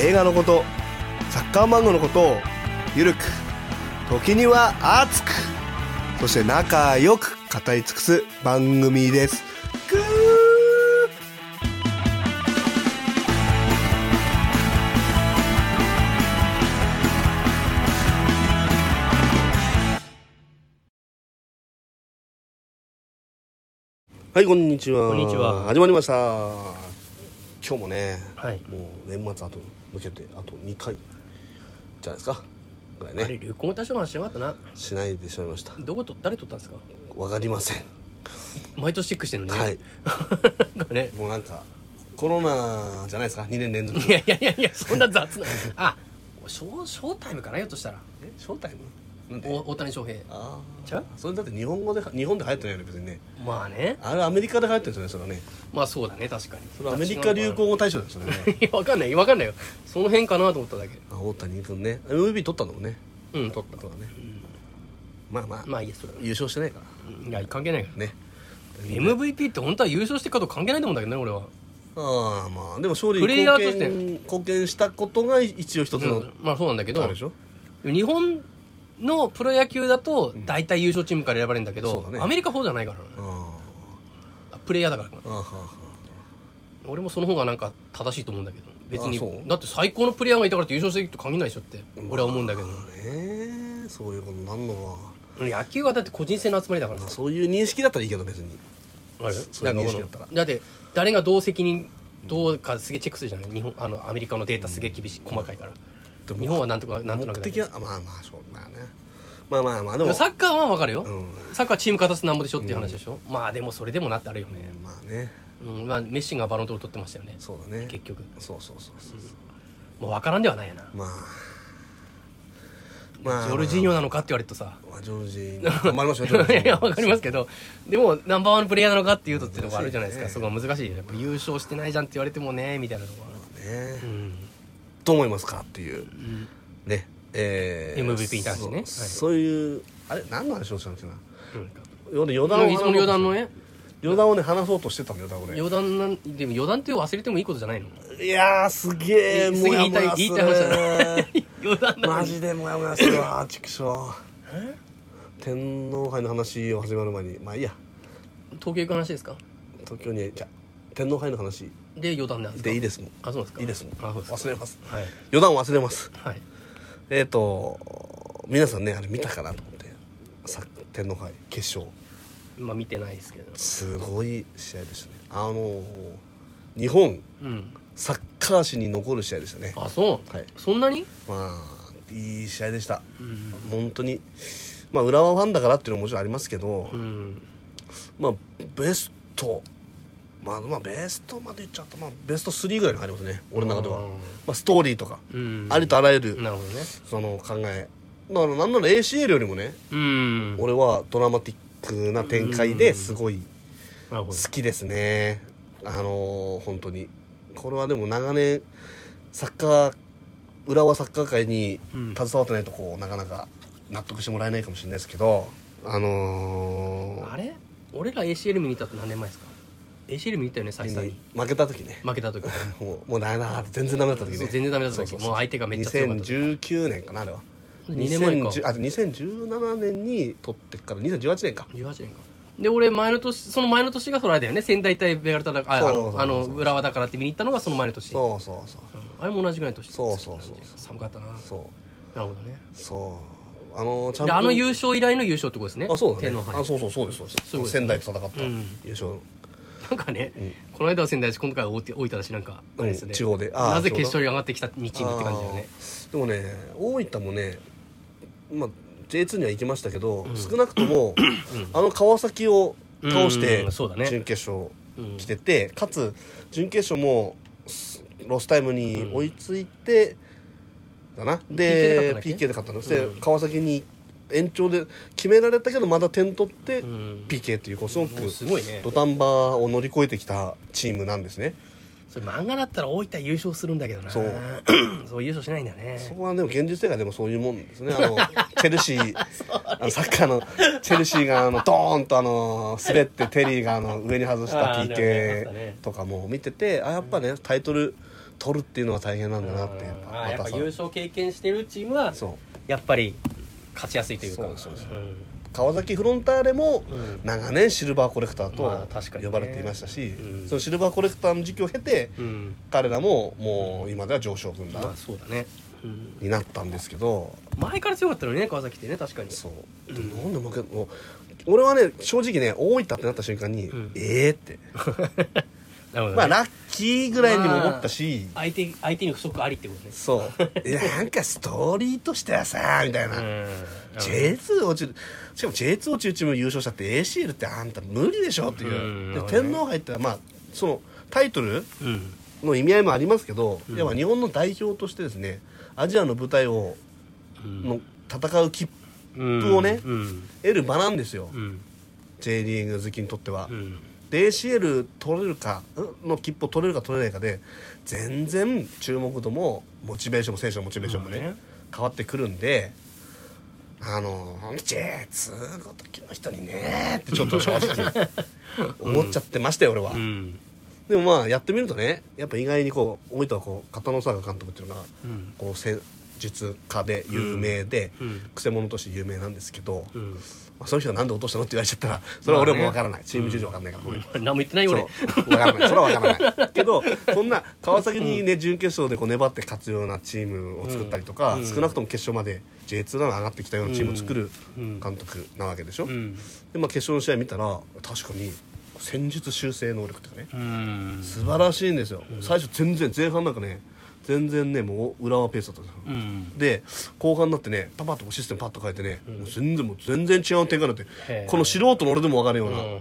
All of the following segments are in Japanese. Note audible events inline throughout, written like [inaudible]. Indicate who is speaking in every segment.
Speaker 1: 映画のことサッカー漫画のことをゆるく時には熱くそして仲良く語り尽くす番組ですぐーはいこんにちは
Speaker 2: こんにちは
Speaker 1: 始まりました今日もね
Speaker 2: はい。
Speaker 1: もう年末あと向けてあと2回じゃないですかぐらいね、
Speaker 2: あれ旅行大賞の話しなかったな。
Speaker 1: しないでしまいました
Speaker 2: どこと誰取ったんですか。
Speaker 1: わかりません、
Speaker 2: 毎年チェックしてるのね。
Speaker 1: はい。
Speaker 2: [laughs] なんかね。
Speaker 1: もうなんかコロナじゃないですか2年連
Speaker 2: [laughs]
Speaker 1: 続
Speaker 2: いやいやいやいやそんな雑な。あ、ショーショータイムかなよとしたら。
Speaker 1: えショータイムなんで
Speaker 2: お大谷翔平。
Speaker 1: あ
Speaker 2: ちゃう
Speaker 1: あそれだって日本語で日本で流行ってないよね別にね
Speaker 2: まあね。
Speaker 1: あれアメリカで流行ってるんですよねそれはね
Speaker 2: まあそうだね確かに。
Speaker 1: それアメリカ流行語大賞ですよね
Speaker 2: [laughs] いやわかんないわかんないよ。その辺かなと思っただけ。
Speaker 1: あ大谷君ね MVP 取ったのもんね
Speaker 2: うん取った
Speaker 1: そうだね、まあまあ、
Speaker 2: まあいいやそれは。
Speaker 1: 優勝してないか
Speaker 2: いや関係ないから
Speaker 1: らね
Speaker 2: MVP って本当は優勝してるかと関係ないと思うんだけどね俺は。
Speaker 1: ああまあでも勝利に
Speaker 2: プレイヤー
Speaker 1: 貢
Speaker 2: として
Speaker 1: 献貢献したことが一応一つの、
Speaker 2: うんまあそうなんだけ
Speaker 1: あ
Speaker 2: ど
Speaker 1: れで。しょ
Speaker 2: 日本のプロ野球だと大体優勝チームから選ばれるんだけ
Speaker 1: そう
Speaker 2: ど、
Speaker 1: だね
Speaker 2: アメリカ方じゃないからな。
Speaker 1: あ
Speaker 2: プレイヤーだから
Speaker 1: ああはは
Speaker 2: 俺もその方がなんか正しいと思うんだけど別
Speaker 1: あそう
Speaker 2: にだって最高のプレイヤーがいたからって優勝していくと限らないでしょって俺は思うんだけど、
Speaker 1: ねえそういうことになんのか
Speaker 2: 野球はだって個人戦の集まりだから
Speaker 1: まあ
Speaker 2: さ
Speaker 1: そういう認識だったらいいけど別に
Speaker 2: あれ
Speaker 1: そういう認識
Speaker 2: な
Speaker 1: だ
Speaker 2: ん
Speaker 1: っ
Speaker 2: か
Speaker 1: た
Speaker 2: こ
Speaker 1: ら
Speaker 2: のだって誰がどう責任どうかすげえチェックするじゃない日本あのアメリカのデータすげえ厳しい細かいから
Speaker 1: でも
Speaker 2: 日本はなんとかなんと
Speaker 1: 目
Speaker 2: なくだ
Speaker 1: 的
Speaker 2: けど
Speaker 1: はあまあまあそうまあねまあまあまあでも
Speaker 2: サッカーは分かるよ、
Speaker 1: う
Speaker 2: サッカーはチーム勝たすなんぼでしょっていう話でしょ、まあでもそれでもなってあるよね、
Speaker 1: まあね
Speaker 2: うんまあ、メッシがバロンドール取ってましたよね
Speaker 1: そうだね
Speaker 2: 結局
Speaker 1: そうそうそうそう
Speaker 2: もう分からんではないやな、
Speaker 1: まあまあ
Speaker 2: ジョルジーニョなのかって言われるとさ
Speaker 1: まあジョルジーニョ頑張りましょうジョルジーニョ
Speaker 2: [laughs] いや、わかりますけど、でも、ナンバーワンのプレイヤーなのかっていうとっていうとこあるじゃないです
Speaker 1: 難し
Speaker 2: か。そ
Speaker 1: い
Speaker 2: こは難しいよね。やっぱ優勝してないじゃんって言われてもね、みたいなとこは。
Speaker 1: ね
Speaker 2: うん。
Speaker 1: どう思いますかっていうねえー
Speaker 2: MVP に対してね
Speaker 1: そうそう
Speaker 2: はい
Speaker 1: いうあれ何の話をしたんですか
Speaker 2: うん
Speaker 1: 俺余
Speaker 2: そ
Speaker 1: 談を
Speaker 2: の
Speaker 1: 話そうと
Speaker 2: 余談のね、
Speaker 1: 余談をね話そうとしてたんだよだ俺
Speaker 2: 余談なん、でも余談って忘れてもいいことじゃないの
Speaker 1: いやーすげえ
Speaker 2: す
Speaker 1: も
Speaker 2: げ
Speaker 1: や
Speaker 2: え言い
Speaker 1: も
Speaker 2: たい
Speaker 1: や、す
Speaker 2: 言い
Speaker 1: る
Speaker 2: たい話 [laughs] だな。余談なの
Speaker 1: [laughs] マ
Speaker 2: に。
Speaker 1: ジでもやもやする [laughs] わ畜生天皇杯の話を始まる前にまあいいや
Speaker 2: 東京行く話ですか
Speaker 1: 東京にじゃ天皇杯の話
Speaker 2: で、余談なんですか
Speaker 1: でいいですもん
Speaker 2: あ、そうなんですか
Speaker 1: いいですもん
Speaker 2: あ、そうです
Speaker 1: 忘れます
Speaker 2: か。はい。
Speaker 1: 余談を忘れます
Speaker 2: はい。
Speaker 1: えっ、ー、と皆さんねあれ見たかなと思ってさ天皇杯決勝
Speaker 2: まあ、見てないですけど。
Speaker 1: すごい試合でしたねあのー日本
Speaker 2: うん。
Speaker 1: サッカー史に残る試合でしたね
Speaker 2: あ、そう。
Speaker 1: はい
Speaker 2: そんなに
Speaker 1: まあいい試合でした
Speaker 2: うん。
Speaker 1: 本当にまあ浦和ファンだからっていうのももちろんありますけど、
Speaker 2: うん。
Speaker 1: まあベストまあまあベストまでいっちゃったまあベスト3ぐらいに入りますね俺の中では
Speaker 2: うん
Speaker 1: まあ、ストーリーとか、
Speaker 2: うん。
Speaker 1: ありとあらゆる
Speaker 2: なるほどね。
Speaker 1: その考えだからなんなら ACL よりもね、
Speaker 2: うん。
Speaker 1: 俺はドラマティックな展開ですごい
Speaker 2: なるほ
Speaker 1: 好
Speaker 2: ど。
Speaker 1: きですねあのー本当にこれはでも長年サッカー浦和サッカー界に
Speaker 2: うん
Speaker 1: 携わってないとこうなかなか納得してもらえないかもしれないですけどあのー
Speaker 2: あれ俺ら ACL 見に行ったって何年前ですか ACL 見に行ったよね最初に
Speaker 1: 負けた時ね
Speaker 2: 負けた時
Speaker 1: もうもうダメだ全然ダメだった時
Speaker 2: そう
Speaker 1: ね
Speaker 2: 全然ダメだった時
Speaker 1: そうそうそう
Speaker 2: もう相手がめっちゃ強かった
Speaker 1: 2019年かなあれは
Speaker 2: 2年前か
Speaker 1: 2010あ2017年に取ってから2018年か
Speaker 2: 18年かで俺前の年その前の年がそれあれだよね仙台対ベガルタだああ
Speaker 1: そうそうそう
Speaker 2: のあの浦和だからって見に行ったのがその前の年
Speaker 1: そうそうそう
Speaker 2: うんあれも同じぐらいの年
Speaker 1: そうそうそう
Speaker 2: 寒かったななる
Speaker 1: そう
Speaker 2: ほどね
Speaker 1: そうあのちゃん
Speaker 2: で
Speaker 1: と
Speaker 2: あの優勝以来の優勝ってことですね
Speaker 1: あそうだ
Speaker 2: 天
Speaker 1: ね
Speaker 2: 皇杯
Speaker 1: あそうそうそうですそうです
Speaker 2: そうです
Speaker 1: 仙台と戦った、
Speaker 2: うん
Speaker 1: 優勝
Speaker 2: なんかね、この間は仙台市今回は大手大分だしなんかあれです
Speaker 1: う
Speaker 2: ね、
Speaker 1: ん地方であー
Speaker 2: なぜ
Speaker 1: そうだ
Speaker 2: 決勝に上がってきた2チームって感じだよね
Speaker 1: あーでもね大分もねまあ J2 には行きましたけど、少なくとも、あの川崎を倒して
Speaker 2: うんそうだね
Speaker 1: 準決勝
Speaker 2: うん
Speaker 1: 来てて、かつ準決勝もすロスタイムに追いついて、だな
Speaker 2: PK で
Speaker 1: で
Speaker 2: 勝ったんだっけ
Speaker 1: PK で勝ったんですで、
Speaker 2: うん
Speaker 1: 川崎に延長で決められたけどまだ点取って、
Speaker 2: うん
Speaker 1: PK というこうすごく
Speaker 2: もうすごいね
Speaker 1: 土壇場を乗り越えてきたチームなんですね
Speaker 2: それ漫画だったら大分優勝するんだけどな
Speaker 1: そう
Speaker 2: そう優勝しないんだよね
Speaker 1: そこはでも現実世界でもそういうもんですねあのチェルシーあのサッカーのチェルシーがあのドーンとあの滑ってテリーがあの上に外した
Speaker 2: あーねあった
Speaker 1: PK
Speaker 2: ね
Speaker 1: とかも見ててあやっぱねタイトル取るっていうのは大変なんだなってやっ
Speaker 2: うん
Speaker 1: ぱ
Speaker 2: あーやっぱ
Speaker 1: 渡さん
Speaker 2: 優勝経験してるチームは
Speaker 1: そう
Speaker 2: やっぱり勝ちやすいというか
Speaker 1: そうそうそ
Speaker 2: うん
Speaker 1: 川崎フロンターレも
Speaker 2: うん
Speaker 1: 長年シルバーコレクター
Speaker 2: ま
Speaker 1: と
Speaker 2: あ確かにね
Speaker 1: 呼ばれていましたし、
Speaker 2: うん
Speaker 1: そのシルバーコレクターの時期を経て
Speaker 2: うん
Speaker 1: 彼らももう今では上昇軍団
Speaker 2: まあそうだね、うん
Speaker 1: になったんですけど
Speaker 2: 前から強かったのにね川崎ってね確かに
Speaker 1: そうでなんで負けもう俺はね正直ね大分ってなった瞬間に、
Speaker 2: うん
Speaker 1: ええって
Speaker 2: なるほど
Speaker 1: [laughs]
Speaker 2: ね
Speaker 1: まあラッキーぐらいにも思ったし、
Speaker 2: 相手相手に不足ありってことね
Speaker 1: そういやなんかストーリーとしてはさみたいな、
Speaker 2: うん
Speaker 1: J2 落ちるしかも J2 落ちるチーム優勝したって ACL ってあんた無理でしょっていう、
Speaker 2: うん
Speaker 1: で天皇杯ってのはまあそのタイトル
Speaker 2: うん
Speaker 1: の意味合いもありますけど、
Speaker 2: うん
Speaker 1: やっぱ日本の代表としてですねアジアの舞台をの戦う切符
Speaker 2: うん
Speaker 1: ップをね
Speaker 2: うん
Speaker 1: 得る場なんですよ、
Speaker 2: うん
Speaker 1: J リーグ好きにとっては、
Speaker 2: うん
Speaker 1: DCL 取れるかんの切符を取れるか取れないかで全然注目度もモチベーションも選手のモチベーションもね,、
Speaker 2: まあね
Speaker 1: 変わってくるんであの J2 ごときの人にねってちょっと正
Speaker 2: [laughs]
Speaker 1: 直思っちゃってましたよ俺は、
Speaker 2: うん
Speaker 1: でもまあやってみるとねやっぱ意外にこう大分はこう片野坂監督っていうのが
Speaker 2: うん
Speaker 1: こう戦術家で有名で、
Speaker 2: うん
Speaker 1: くせ者として有名なんですけど、
Speaker 2: うん
Speaker 1: まあ、その人がなんで落としたのって言われちゃったらそれは俺も
Speaker 2: まあね
Speaker 1: 分からない、チーム事情分かんないから、ごめん
Speaker 2: 何も言ってないよ俺
Speaker 1: そう分からないそれは分からないけどそんな川崎にね準決勝でこう粘って勝つようなチームを作ったりとか、
Speaker 2: うん
Speaker 1: 少なくとも決勝まで J2 なの上がってきたようなチームを作る
Speaker 2: うん
Speaker 1: 監督なわけでしょ、
Speaker 2: うん
Speaker 1: でまあ、決勝の試合見たら確かに戦術修正能力とかね
Speaker 2: うん
Speaker 1: 素晴らしいんですよ、最初全然前半なんかね全然ねもう浦和ペースだったんですよ、
Speaker 2: うん
Speaker 1: で後半になってねパパッとこうシステムパッと変えてね、もう全然もう全然違う展開になって
Speaker 2: へー
Speaker 1: この素人の俺でも分かるような,、
Speaker 2: うん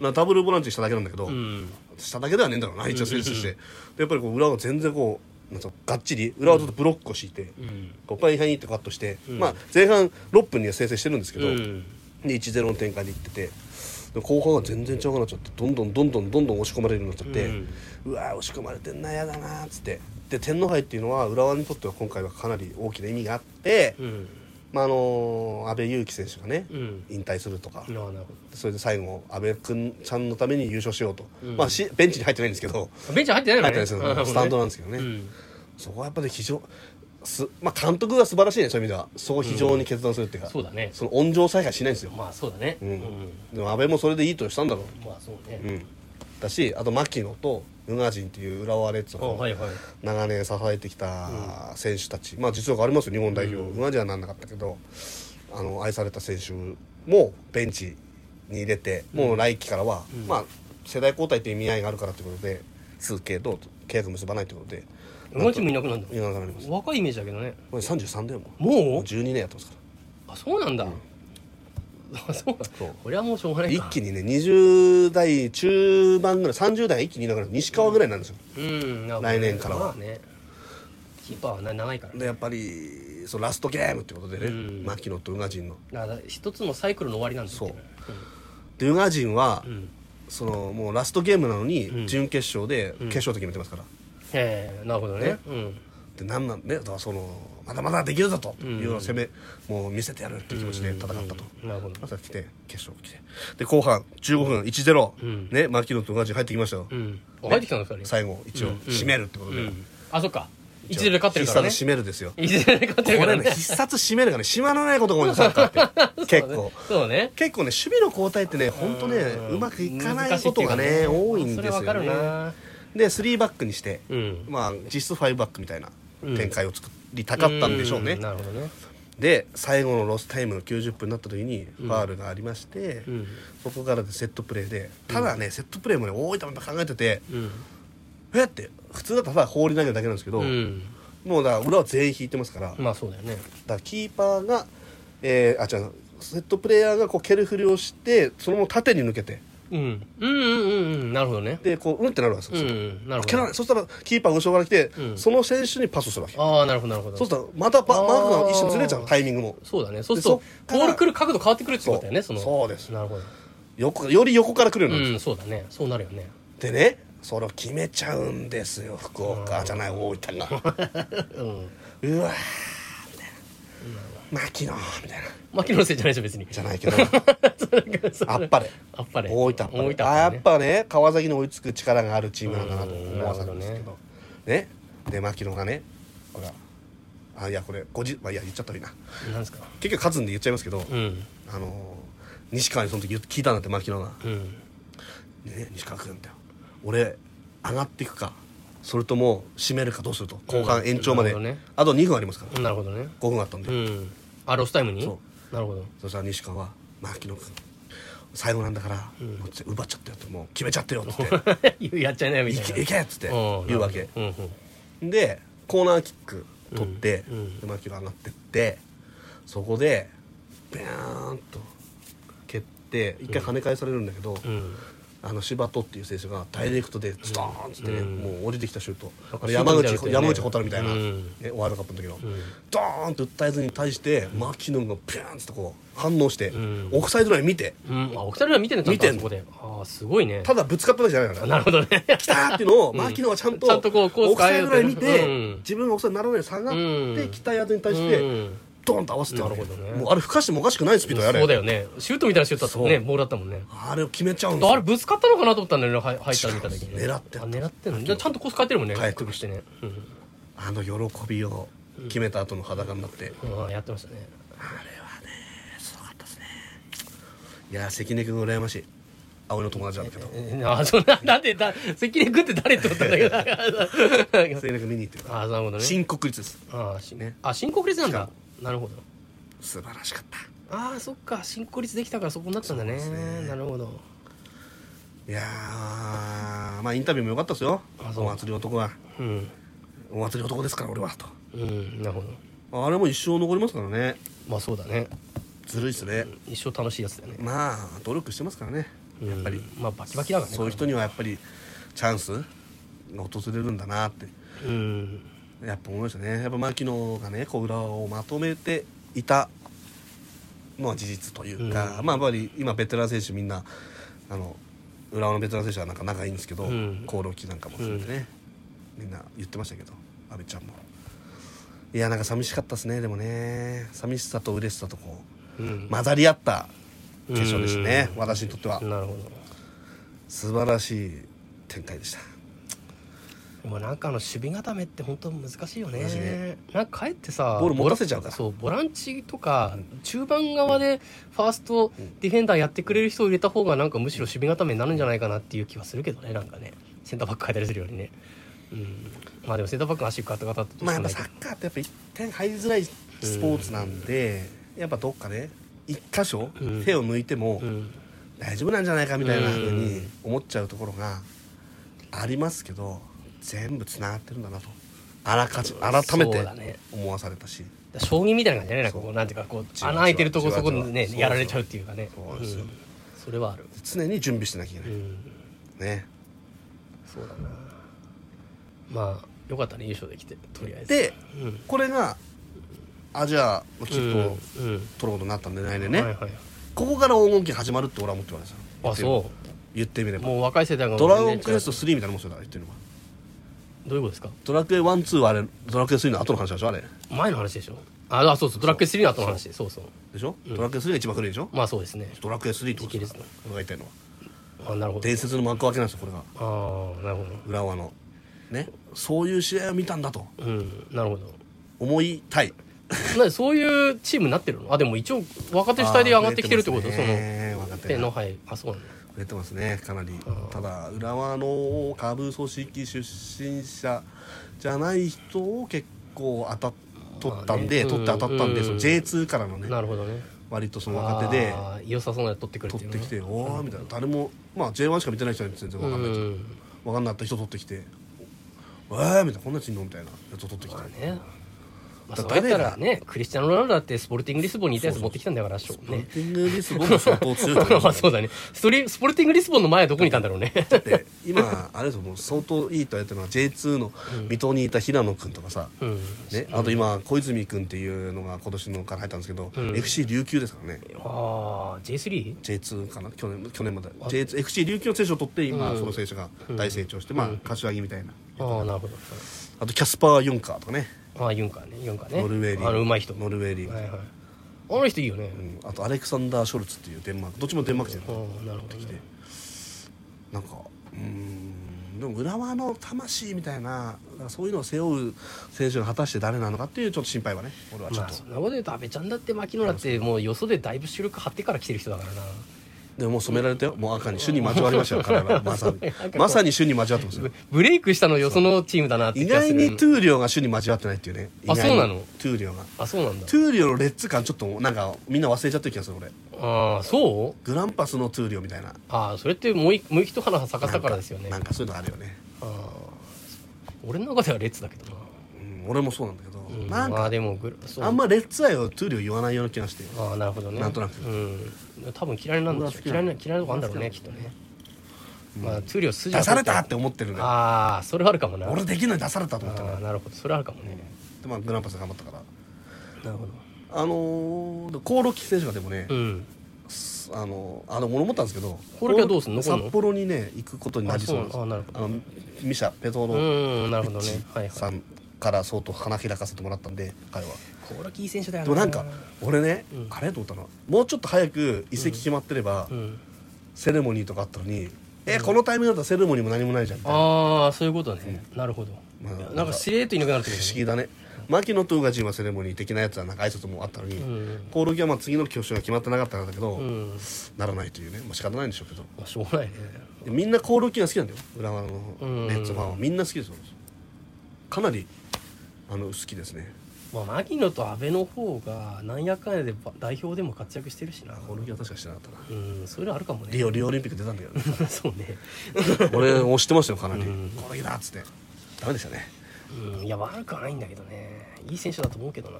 Speaker 1: なダブルボランチにしただけなんだけど、
Speaker 2: うん
Speaker 1: しただけではねえんだろうな一応成立して、でやっぱりこう裏が全然こうなんつうのがっちり裏をちょっとブロックを敷いて、
Speaker 2: うん
Speaker 1: こうパイハイってカットして、まあ、前半6分には先制してるんですけど、
Speaker 2: うん
Speaker 1: で1-0の展開でいっててで後半は全然違くなっちゃってどんどんどんどんどんどん押し込まれるようになっちゃって、
Speaker 2: うん
Speaker 1: うわー押し込まれてんな嫌だなーっつってで天皇杯っていうのは浦和にとっては今回はかなり大きな意味があって、
Speaker 2: うん
Speaker 1: まああのー、安部勇樹選手がね、
Speaker 2: うん
Speaker 1: 引退するとか、
Speaker 2: なるほど
Speaker 1: それで最後安倍君さんのために優勝しようと、
Speaker 2: うん
Speaker 1: まあ、しベンチに入ってないんですけど
Speaker 2: ベンチ入ってな
Speaker 1: 入
Speaker 2: い
Speaker 1: っ
Speaker 2: の
Speaker 1: て
Speaker 2: ね
Speaker 1: ないですけどスタンドなんですけどね、
Speaker 2: うん
Speaker 1: そこはやっぱり非常す、まあ、監督が素晴らしいねそういう意味ではそこを非常に決断するっていうか、
Speaker 2: そうだね
Speaker 1: その温情采配しないんですよ、
Speaker 2: まあそうだね
Speaker 1: う
Speaker 2: うんん
Speaker 1: でも安倍もそれでいいとしたんだろ
Speaker 2: まあそう
Speaker 1: う、う
Speaker 2: ね
Speaker 1: ん、だしあと牧野と宇賀神っていう浦和レッズ
Speaker 2: あは
Speaker 1: を
Speaker 2: いはい
Speaker 1: 長年支えてきた選手たち、まあ実力ありますよ日本代表、
Speaker 2: う
Speaker 1: 宇賀神はなんなかったけどあの愛された選手もベンチに入れて、もう来季からは、まあ、世代交代っていう意味合いがあるからということで通系と契約結ばないということで
Speaker 2: 宇賀神もいなくなるんだ
Speaker 1: いなくなります
Speaker 2: 若いイメージだけどね
Speaker 1: これ33だよもう
Speaker 2: もう
Speaker 1: 12年やってますか
Speaker 2: あそうなんだ、あそうなん
Speaker 1: そう
Speaker 2: これはもうしょうが
Speaker 1: ら
Speaker 2: ない
Speaker 1: 一
Speaker 2: か
Speaker 1: 気にね20代中盤ぐらい30代一気にいなくなる西川ぐらいなんですよ、
Speaker 2: うんなるほど
Speaker 1: 来年からは
Speaker 2: まあねキーパーはな長いから
Speaker 1: でやっぱりそうラストゲームってことでね、
Speaker 2: うん
Speaker 1: 牧野と宇賀神の
Speaker 2: だから一つのサイクルの終わりなんですよ
Speaker 1: そうで宇賀神は、
Speaker 2: うん、うん
Speaker 1: そのもうラストゲームなのに、
Speaker 2: ん
Speaker 1: 準決勝で決勝で決めてますから、
Speaker 2: へえなるほどねうん
Speaker 1: でなんなんねだからそのまだまだできるぞというような攻め、もう見せてやるっていう気持ちで戦ったと、
Speaker 2: うんなるほど
Speaker 1: 朝来て決勝来てで後半15分1-0、
Speaker 2: ん
Speaker 1: ね牧野と宇賀神入ってきましたよ、
Speaker 2: うんあ入ってきたの二人
Speaker 1: 最後一応
Speaker 2: うん
Speaker 1: 締めるってことで、
Speaker 2: うん、あそっか1ゼ0で勝ってるからね
Speaker 1: 必殺締めるですよこ
Speaker 2: 1ゼ0で勝ってるか
Speaker 1: れ
Speaker 2: ら
Speaker 1: ね
Speaker 2: ね
Speaker 1: 必殺締めるがね締まらないことが多いのサッカーって結構
Speaker 2: [laughs] そうね
Speaker 1: 結構ね守備の交代ってね本当ね
Speaker 2: ん
Speaker 1: うまくいかないことが
Speaker 2: 難し
Speaker 1: ね
Speaker 2: いってうか
Speaker 1: 多いんです
Speaker 2: それわ
Speaker 1: よ
Speaker 2: かる
Speaker 1: ね
Speaker 2: な
Speaker 1: で3バックにして
Speaker 2: うん
Speaker 1: まあ実質5バックみたいな展開を作りたかったんでしょうね
Speaker 2: なるほどね
Speaker 1: で最後のロスタイムの90分になった時にファールがありまして
Speaker 2: うん
Speaker 1: そこからでセットプレーでただねセットプレーもね大分もやっぱ考えてて
Speaker 2: うん
Speaker 1: えって普通だったらただ放り投げるだけなんですけど
Speaker 2: うん
Speaker 1: もうだから裏は全員引いてますから
Speaker 2: まあそうだよね
Speaker 1: だからキーパーが、えーあ違うセットプレーヤーがこう蹴るふりをしてそのまま縦に抜けて
Speaker 2: うんうんうんうんうんなるほどね
Speaker 1: でこううんってなるわけで
Speaker 2: う
Speaker 1: す
Speaker 2: んう
Speaker 1: よ、
Speaker 2: んなるほ
Speaker 1: 蹴ら
Speaker 2: ど
Speaker 1: ないそしたらキーパーが後ろから来て、
Speaker 2: うん
Speaker 1: その選手にパスするわけ
Speaker 2: ああなるほどなるほど
Speaker 1: そうしたらまたバ
Speaker 2: あー
Speaker 1: マークが一瞬ずれちゃうタイミングも
Speaker 2: そうだねそうすると
Speaker 1: でそっから
Speaker 2: ボール来る角度変わってくるってことだよねその
Speaker 1: そうです
Speaker 2: なるほど
Speaker 1: 横より横から来るようになるんですよ
Speaker 2: うんそうだねそうなるよね
Speaker 1: でねそれを決めちゃうんですよ福岡じゃない大分が
Speaker 2: うん
Speaker 1: うわーみたいな牧野みたいな
Speaker 2: 牧野のせいじゃないでしょ別に
Speaker 1: じゃない
Speaker 2: [laughs]
Speaker 1: けど
Speaker 2: そう
Speaker 1: あっぱれ
Speaker 2: あっぱれ
Speaker 1: 大分あっぱれ
Speaker 2: 大分
Speaker 1: あや
Speaker 2: あ
Speaker 1: っ
Speaker 2: っ
Speaker 1: ぱ
Speaker 2: ぱれね
Speaker 1: ね川崎に追いつく力があるチームなんだなと思わされるんですけど
Speaker 2: う
Speaker 1: ねで牧野がねほらあいやこれごじ、まあ、いや言っちゃったらいいな
Speaker 2: なんですか
Speaker 1: 結局勝つんで言っちゃいますけど、
Speaker 2: うん
Speaker 1: あのー西川にその時言って聞いたんだって牧野が
Speaker 2: うん
Speaker 1: 「ね西川君」みたいな「俺上がっていくかそれとも締めるかどうすると後半延長まで、
Speaker 2: なるほどね
Speaker 1: あと2分ありますから
Speaker 2: なるほどね
Speaker 1: 5分あったんで、
Speaker 2: うんあロスタイムに
Speaker 1: そ
Speaker 2: なるほど [laughs]
Speaker 1: そしたら西川は「牧野君最後なんだから、もう奪っちゃったよ」って「もう決めちゃったよ」っつって「
Speaker 2: やっちゃいないみ
Speaker 1: い [laughs]
Speaker 2: たいな
Speaker 1: けいけ!」っつって
Speaker 2: うん
Speaker 1: 言うわけ
Speaker 2: うんうん
Speaker 1: でコーナーキック取って、
Speaker 2: うんうん
Speaker 1: で牧野上がってってそこでビャーンと蹴って一回跳ね返されるんだけど、
Speaker 2: うん
Speaker 1: あの柴戸っていう選手がダイレクトでストーンっつってね、
Speaker 2: うん
Speaker 1: もう降りてきたシュート、
Speaker 2: なん
Speaker 1: あ
Speaker 2: か
Speaker 1: れ山
Speaker 2: シュー
Speaker 1: 口
Speaker 2: トみたいだ
Speaker 1: 山口蛍みたいな、
Speaker 2: よねうん
Speaker 1: ね、ワールドカップの時の、
Speaker 2: ん
Speaker 1: ドーンと打ったやつに対して牧野がピューンっつってこう反応して、
Speaker 2: ん
Speaker 1: オフサイドライン見て
Speaker 2: うんあお二人は見てんのちゃんと
Speaker 1: 見てん
Speaker 2: あ
Speaker 1: の
Speaker 2: そこでああすごいね
Speaker 1: ただぶつかったわけじゃないから
Speaker 2: な
Speaker 1: [laughs]
Speaker 2: るほどね
Speaker 1: 来たーっていうのを牧野がちゃんと,、
Speaker 2: ちゃんとこうコース
Speaker 1: オフサイドライン見て、
Speaker 2: 変えようってうん
Speaker 1: 自分がオフサイドにならないように下がって
Speaker 2: うん
Speaker 1: きたやつに対して、
Speaker 2: うん
Speaker 1: ドーンと合わせてやる
Speaker 2: なるほどね
Speaker 1: もうあれ吹かしてもおかしくないスピードやれ
Speaker 2: そうだよねシュートみたいなシュートだったね
Speaker 1: そう
Speaker 2: ボールだったもんね
Speaker 1: あれを決めちゃうんですよ
Speaker 2: あれぶつかったのかなと思ったんだよねはい入ったら見た時にね
Speaker 1: 違う狙って
Speaker 2: あ狙ってんのじゃあちゃんとコース変えてるもんね
Speaker 1: 変えてる
Speaker 2: 低くしてねうん
Speaker 1: あの喜びを決めた後の裸になって、
Speaker 2: うんやってましたね
Speaker 1: すごかったですねいやー関根君羨ましい葵の友達なんだけど
Speaker 2: え [laughs] あそんななんでだ関根君って誰って思ったんだけど [laughs]
Speaker 1: 関根君見に行ってるから
Speaker 2: あなるほどね
Speaker 1: 新国立です
Speaker 2: あし
Speaker 1: ね
Speaker 2: あ新国立なん
Speaker 1: し
Speaker 2: だ
Speaker 1: か
Speaker 2: なるほど
Speaker 1: 素晴らしかった
Speaker 2: ああそっか新国立できたからそこになったんだね
Speaker 1: そうですね
Speaker 2: なるほど
Speaker 1: いやーまあインタビューも良かったですよ
Speaker 2: あそう
Speaker 1: お祭り男は
Speaker 2: うん
Speaker 1: お祭り男ですから俺はと
Speaker 2: うんなるほど
Speaker 1: あれも一生残りますからね
Speaker 2: まあそうだね
Speaker 1: ずるいっすね
Speaker 2: 一生楽しいやつだよね
Speaker 1: まあ努力してますからねやっぱり、
Speaker 2: うんまあバキバキだからね
Speaker 1: そういう人にはやっぱりチャンスが訪れるんだなって
Speaker 2: うん
Speaker 1: やっぱ思いましたねやっぱ牧野がね小浦をまとめていたのは事実というか、
Speaker 2: うん
Speaker 1: まあやっぱり今ベテラン選手みんなあの浦和のベテラン選手はなんか仲いいんですけど
Speaker 2: うん
Speaker 1: 興梠、なんかも含めてね、みんな言ってましたけど阿部ちゃんもいやなんか寂しかったですねでもね寂しさと嬉しさとこ
Speaker 2: う
Speaker 1: うん混ざり合った決勝でしたね、
Speaker 2: うん
Speaker 1: 私にとっては
Speaker 2: なるほ
Speaker 1: 素晴らしい展開でした
Speaker 2: どもうなんかあの守備固めって本当難しいよね
Speaker 1: 難しいね
Speaker 2: なんかかえってさ
Speaker 1: ボール持たせちゃうから
Speaker 2: ボラそうボランチとか中盤側でファーストディフェンダーやってくれる人を入れた方がなんかむしろ守備固めになるんじゃないかなっていう気はするけどねなんかねセンターバック変えたりするよりねうんまあでもセンターバックの足ガタガタって
Speaker 1: まあやっぱサッカーってやっぱ一点入りづらいスポーツなんで、やっぱどっかね一箇所
Speaker 2: うん
Speaker 1: 手を抜いても
Speaker 2: うん
Speaker 1: 大丈夫なんじゃないかみたいなふう
Speaker 2: う
Speaker 1: に
Speaker 2: ん
Speaker 1: 思っちゃうところがありますけど全部つながってるんだなとあらかじ改め
Speaker 2: そう
Speaker 1: て
Speaker 2: だね
Speaker 1: 思わされたし
Speaker 2: 将棋みたいな感じだねなんか
Speaker 1: そ
Speaker 2: こ
Speaker 1: う
Speaker 2: うなんていうかこ
Speaker 1: じ
Speaker 2: う
Speaker 1: わ
Speaker 2: 穴開いてるとこ
Speaker 1: じわ
Speaker 2: そこに
Speaker 1: じわ
Speaker 2: ね
Speaker 1: そうそう
Speaker 2: やられちゃうっていうかね
Speaker 1: そうですよ
Speaker 2: んそれはある
Speaker 1: 常に準備してなきゃいけ
Speaker 2: う
Speaker 1: ない、
Speaker 2: ん
Speaker 1: ね
Speaker 2: そうだなまあよかったね優勝できてとりあえず
Speaker 1: で
Speaker 2: うん
Speaker 1: これがアジアの切符を
Speaker 2: うんう
Speaker 1: 取るこ
Speaker 2: ん
Speaker 1: とになったんで来年ね、
Speaker 2: はいはい
Speaker 1: ここから黄金期始まるって俺は思ってるわけですよ
Speaker 2: あそ
Speaker 1: 言ってみれ
Speaker 2: う
Speaker 1: ば
Speaker 2: もう若い世代が
Speaker 1: ドラゴンクエスト
Speaker 2: ど
Speaker 1: 3みたいなもんですよだから言ってるのは
Speaker 2: ういうことですか
Speaker 1: ドラクエ12はあれドラクエ3の後の話でしょあれ
Speaker 2: 前の話でしょああそうそうドラッグ3の後の話そうそう
Speaker 1: でしょ、ドラクエ3が一番古いでしょ
Speaker 2: まあそうですね
Speaker 1: ドラクエ3ってことです
Speaker 2: 時系列
Speaker 1: か
Speaker 2: の
Speaker 1: 俺が言いたいのは
Speaker 2: あなるほど
Speaker 1: 伝説の幕開けなんですよこれが
Speaker 2: ああなるほ
Speaker 1: 浦和のねそういう試合を見たんだと
Speaker 2: どうんなるほど
Speaker 1: 思いたい
Speaker 2: なんでそういうチームになってるのあでも一応若手主体で上がってきてるってこと
Speaker 1: あー
Speaker 2: そ
Speaker 1: 増えてますね若
Speaker 2: の
Speaker 1: 手が
Speaker 2: 手のはいあそうなんだ
Speaker 1: 増えてますねかなりただ浦和の株組織出身者じゃない人を結構当たっ取ったんで、
Speaker 2: まあ
Speaker 1: 取
Speaker 2: ね
Speaker 1: って当たったんで、
Speaker 2: うん
Speaker 1: その J2 からのね
Speaker 2: なるほどね
Speaker 1: 割とその若手で
Speaker 2: あー良さそうなやつ取ってくる
Speaker 1: 取っ
Speaker 2: いう
Speaker 1: て
Speaker 2: ね
Speaker 1: きておおみたいな誰もまあ J1 しか見てない人に全然
Speaker 2: う
Speaker 1: わかんないけど
Speaker 2: ん
Speaker 1: 分かんなかった人取ってきて「おえー!」みたいな「こんなやついんの?」みたいなやつを取ってきて
Speaker 2: まあねまあ、そうやったらねクリスチャン・ロナウドだってスポルティング・リスボンにいたやつ
Speaker 1: そうそうそう
Speaker 2: 持ってきたんだからしょう
Speaker 1: ポル
Speaker 2: ね
Speaker 1: ティングリスボンも相当強いと思
Speaker 2: [laughs] まあそうだねストリスポルティング・リスボンの前はどこにいたんだろうね
Speaker 1: で今あれですよもう相当いいと言われてるのは J2 の水戸にいた平野君とかさ、
Speaker 2: うん
Speaker 1: ね、あと今小泉君っていうのが今年のから入ったんですけど、
Speaker 2: うん
Speaker 1: FC 琉球ですからね
Speaker 2: ああ J3?
Speaker 1: J2 かな去年去年まで J2 FC 琉球の選手を取って今、
Speaker 2: うん
Speaker 1: その選手が大成長して、まあ柏木みたいな
Speaker 2: ああなるほど
Speaker 1: あとキャスパー・ヨンカーとかね
Speaker 2: ああユンカーねユンカーね
Speaker 1: ノルウェーリー
Speaker 2: あのうまい人
Speaker 1: ノルウェーリーグ
Speaker 2: はいはいあの人いいよね
Speaker 1: うんあとアレクサンダー・ショルツっていうデンマークどっちもデンマーク人
Speaker 2: ああなるほどね
Speaker 1: なんかうーんでも浦和の魂みたいなだからそういうのを背負う選手が果たして誰なのかっていうちょっと心配はね俺はちょ
Speaker 2: ま
Speaker 1: っ
Speaker 2: あ
Speaker 1: と、
Speaker 2: そんなこと言うと阿部ちゃんだって牧野だってもうよそでだいぶ主力張ってから来てる人だからな
Speaker 1: でももう染められたよもう赤に主に交わりましたよ彼
Speaker 2: [laughs]
Speaker 1: はまさに
Speaker 2: なんかこう
Speaker 1: まさに主に交わってますよ
Speaker 2: ブブレイクしたのよそのチームだなって
Speaker 1: 意
Speaker 2: 気がす
Speaker 1: 外
Speaker 2: る
Speaker 1: にトゥーリオが主に交わってないっていうね
Speaker 2: あ
Speaker 1: 意外に
Speaker 2: そうなの
Speaker 1: トゥーリオが
Speaker 2: あそうなんだ
Speaker 1: トゥーリオのレッツ感ちょっとなんかみんな忘れちゃってる気がする俺
Speaker 2: ああそう
Speaker 1: グランパスのトゥーリオみたいな
Speaker 2: ああそれってもう一もう一花咲か
Speaker 1: な
Speaker 2: せ
Speaker 1: ん
Speaker 2: たからですよね
Speaker 1: なんかそういうのあるよね、
Speaker 2: ああ俺の中ではレッツだけどな、
Speaker 1: うん、俺もそうなんだけど、
Speaker 2: うん
Speaker 1: なん
Speaker 2: まあ
Speaker 1: か
Speaker 2: でもグラそう
Speaker 1: あんまレッツ愛をトゥーリオ言わないような気がして
Speaker 2: ああなるほどね
Speaker 1: なんとなく
Speaker 2: うん、多分嫌いなんでしょう
Speaker 1: 俺
Speaker 2: 嫌
Speaker 1: はい好
Speaker 2: な
Speaker 1: き
Speaker 2: 嫌いなとこあるんだろうねきっとね、まあ通量筋は
Speaker 1: 出されたって思ってるね
Speaker 2: ああそれはあるかもな
Speaker 1: 俺できるのに出されたと思ってる
Speaker 2: ああ
Speaker 1: ね
Speaker 2: なるほどそれはあるかもね、
Speaker 1: でまあグランパスが頑張ったから
Speaker 2: なるほど
Speaker 1: あのー、でコオロキ選手がでもね、
Speaker 2: うん
Speaker 1: すあのーあの俺思ったんですけど
Speaker 2: コオロキはどうすんの
Speaker 1: 札
Speaker 2: 残んの
Speaker 1: 幌にね行くことになりそうなんです
Speaker 2: あそうなのあなる
Speaker 1: あのミシャペトロ、
Speaker 2: うんなるほどねはいはい
Speaker 1: さんから相当花開かせてもらったんで彼は
Speaker 2: コーラキー選手だよ
Speaker 1: でもなんか俺ね、
Speaker 2: うん
Speaker 1: あれと思ったのもうちょっと早く移籍決まってれば、
Speaker 2: うん
Speaker 1: セレモニーとかあったのに、えこのタイミングだったらセレモニーも何もないじゃんみたいな
Speaker 2: ああそういうことね、なるほど、
Speaker 1: まあ
Speaker 2: なんかしれっといなくなるってこ
Speaker 1: 不思
Speaker 2: と
Speaker 1: 議
Speaker 2: ね
Speaker 1: だね牧野と宇賀神はセレモニー的なやつはなんか挨拶もあったのに、
Speaker 2: うん
Speaker 1: コオロギはまあ次の挙手が決まってなかったんだけど、
Speaker 2: うん
Speaker 1: ならないというね、まあ、仕方ないんでしょうけど
Speaker 2: まあしょうがないね
Speaker 1: でみんなコオロギが好きなんだよ浦和の
Speaker 2: うん
Speaker 1: レッツファンはみんな好きですよかなりあの好きですね
Speaker 2: まあ牧野と阿部の方がなんやかんやでば代表でも活躍してるしな
Speaker 1: コオロギは確かしてなかったな
Speaker 2: うんそれあるかもね
Speaker 1: リオリオオリンピック出たんだけどね
Speaker 2: [laughs] そうね、
Speaker 1: [laughs] 俺押してましたよかなり、
Speaker 2: うん
Speaker 1: コオロギだっつってダメでしたね
Speaker 2: うん、いや悪くはないんだけどねいい選手だと思うけどな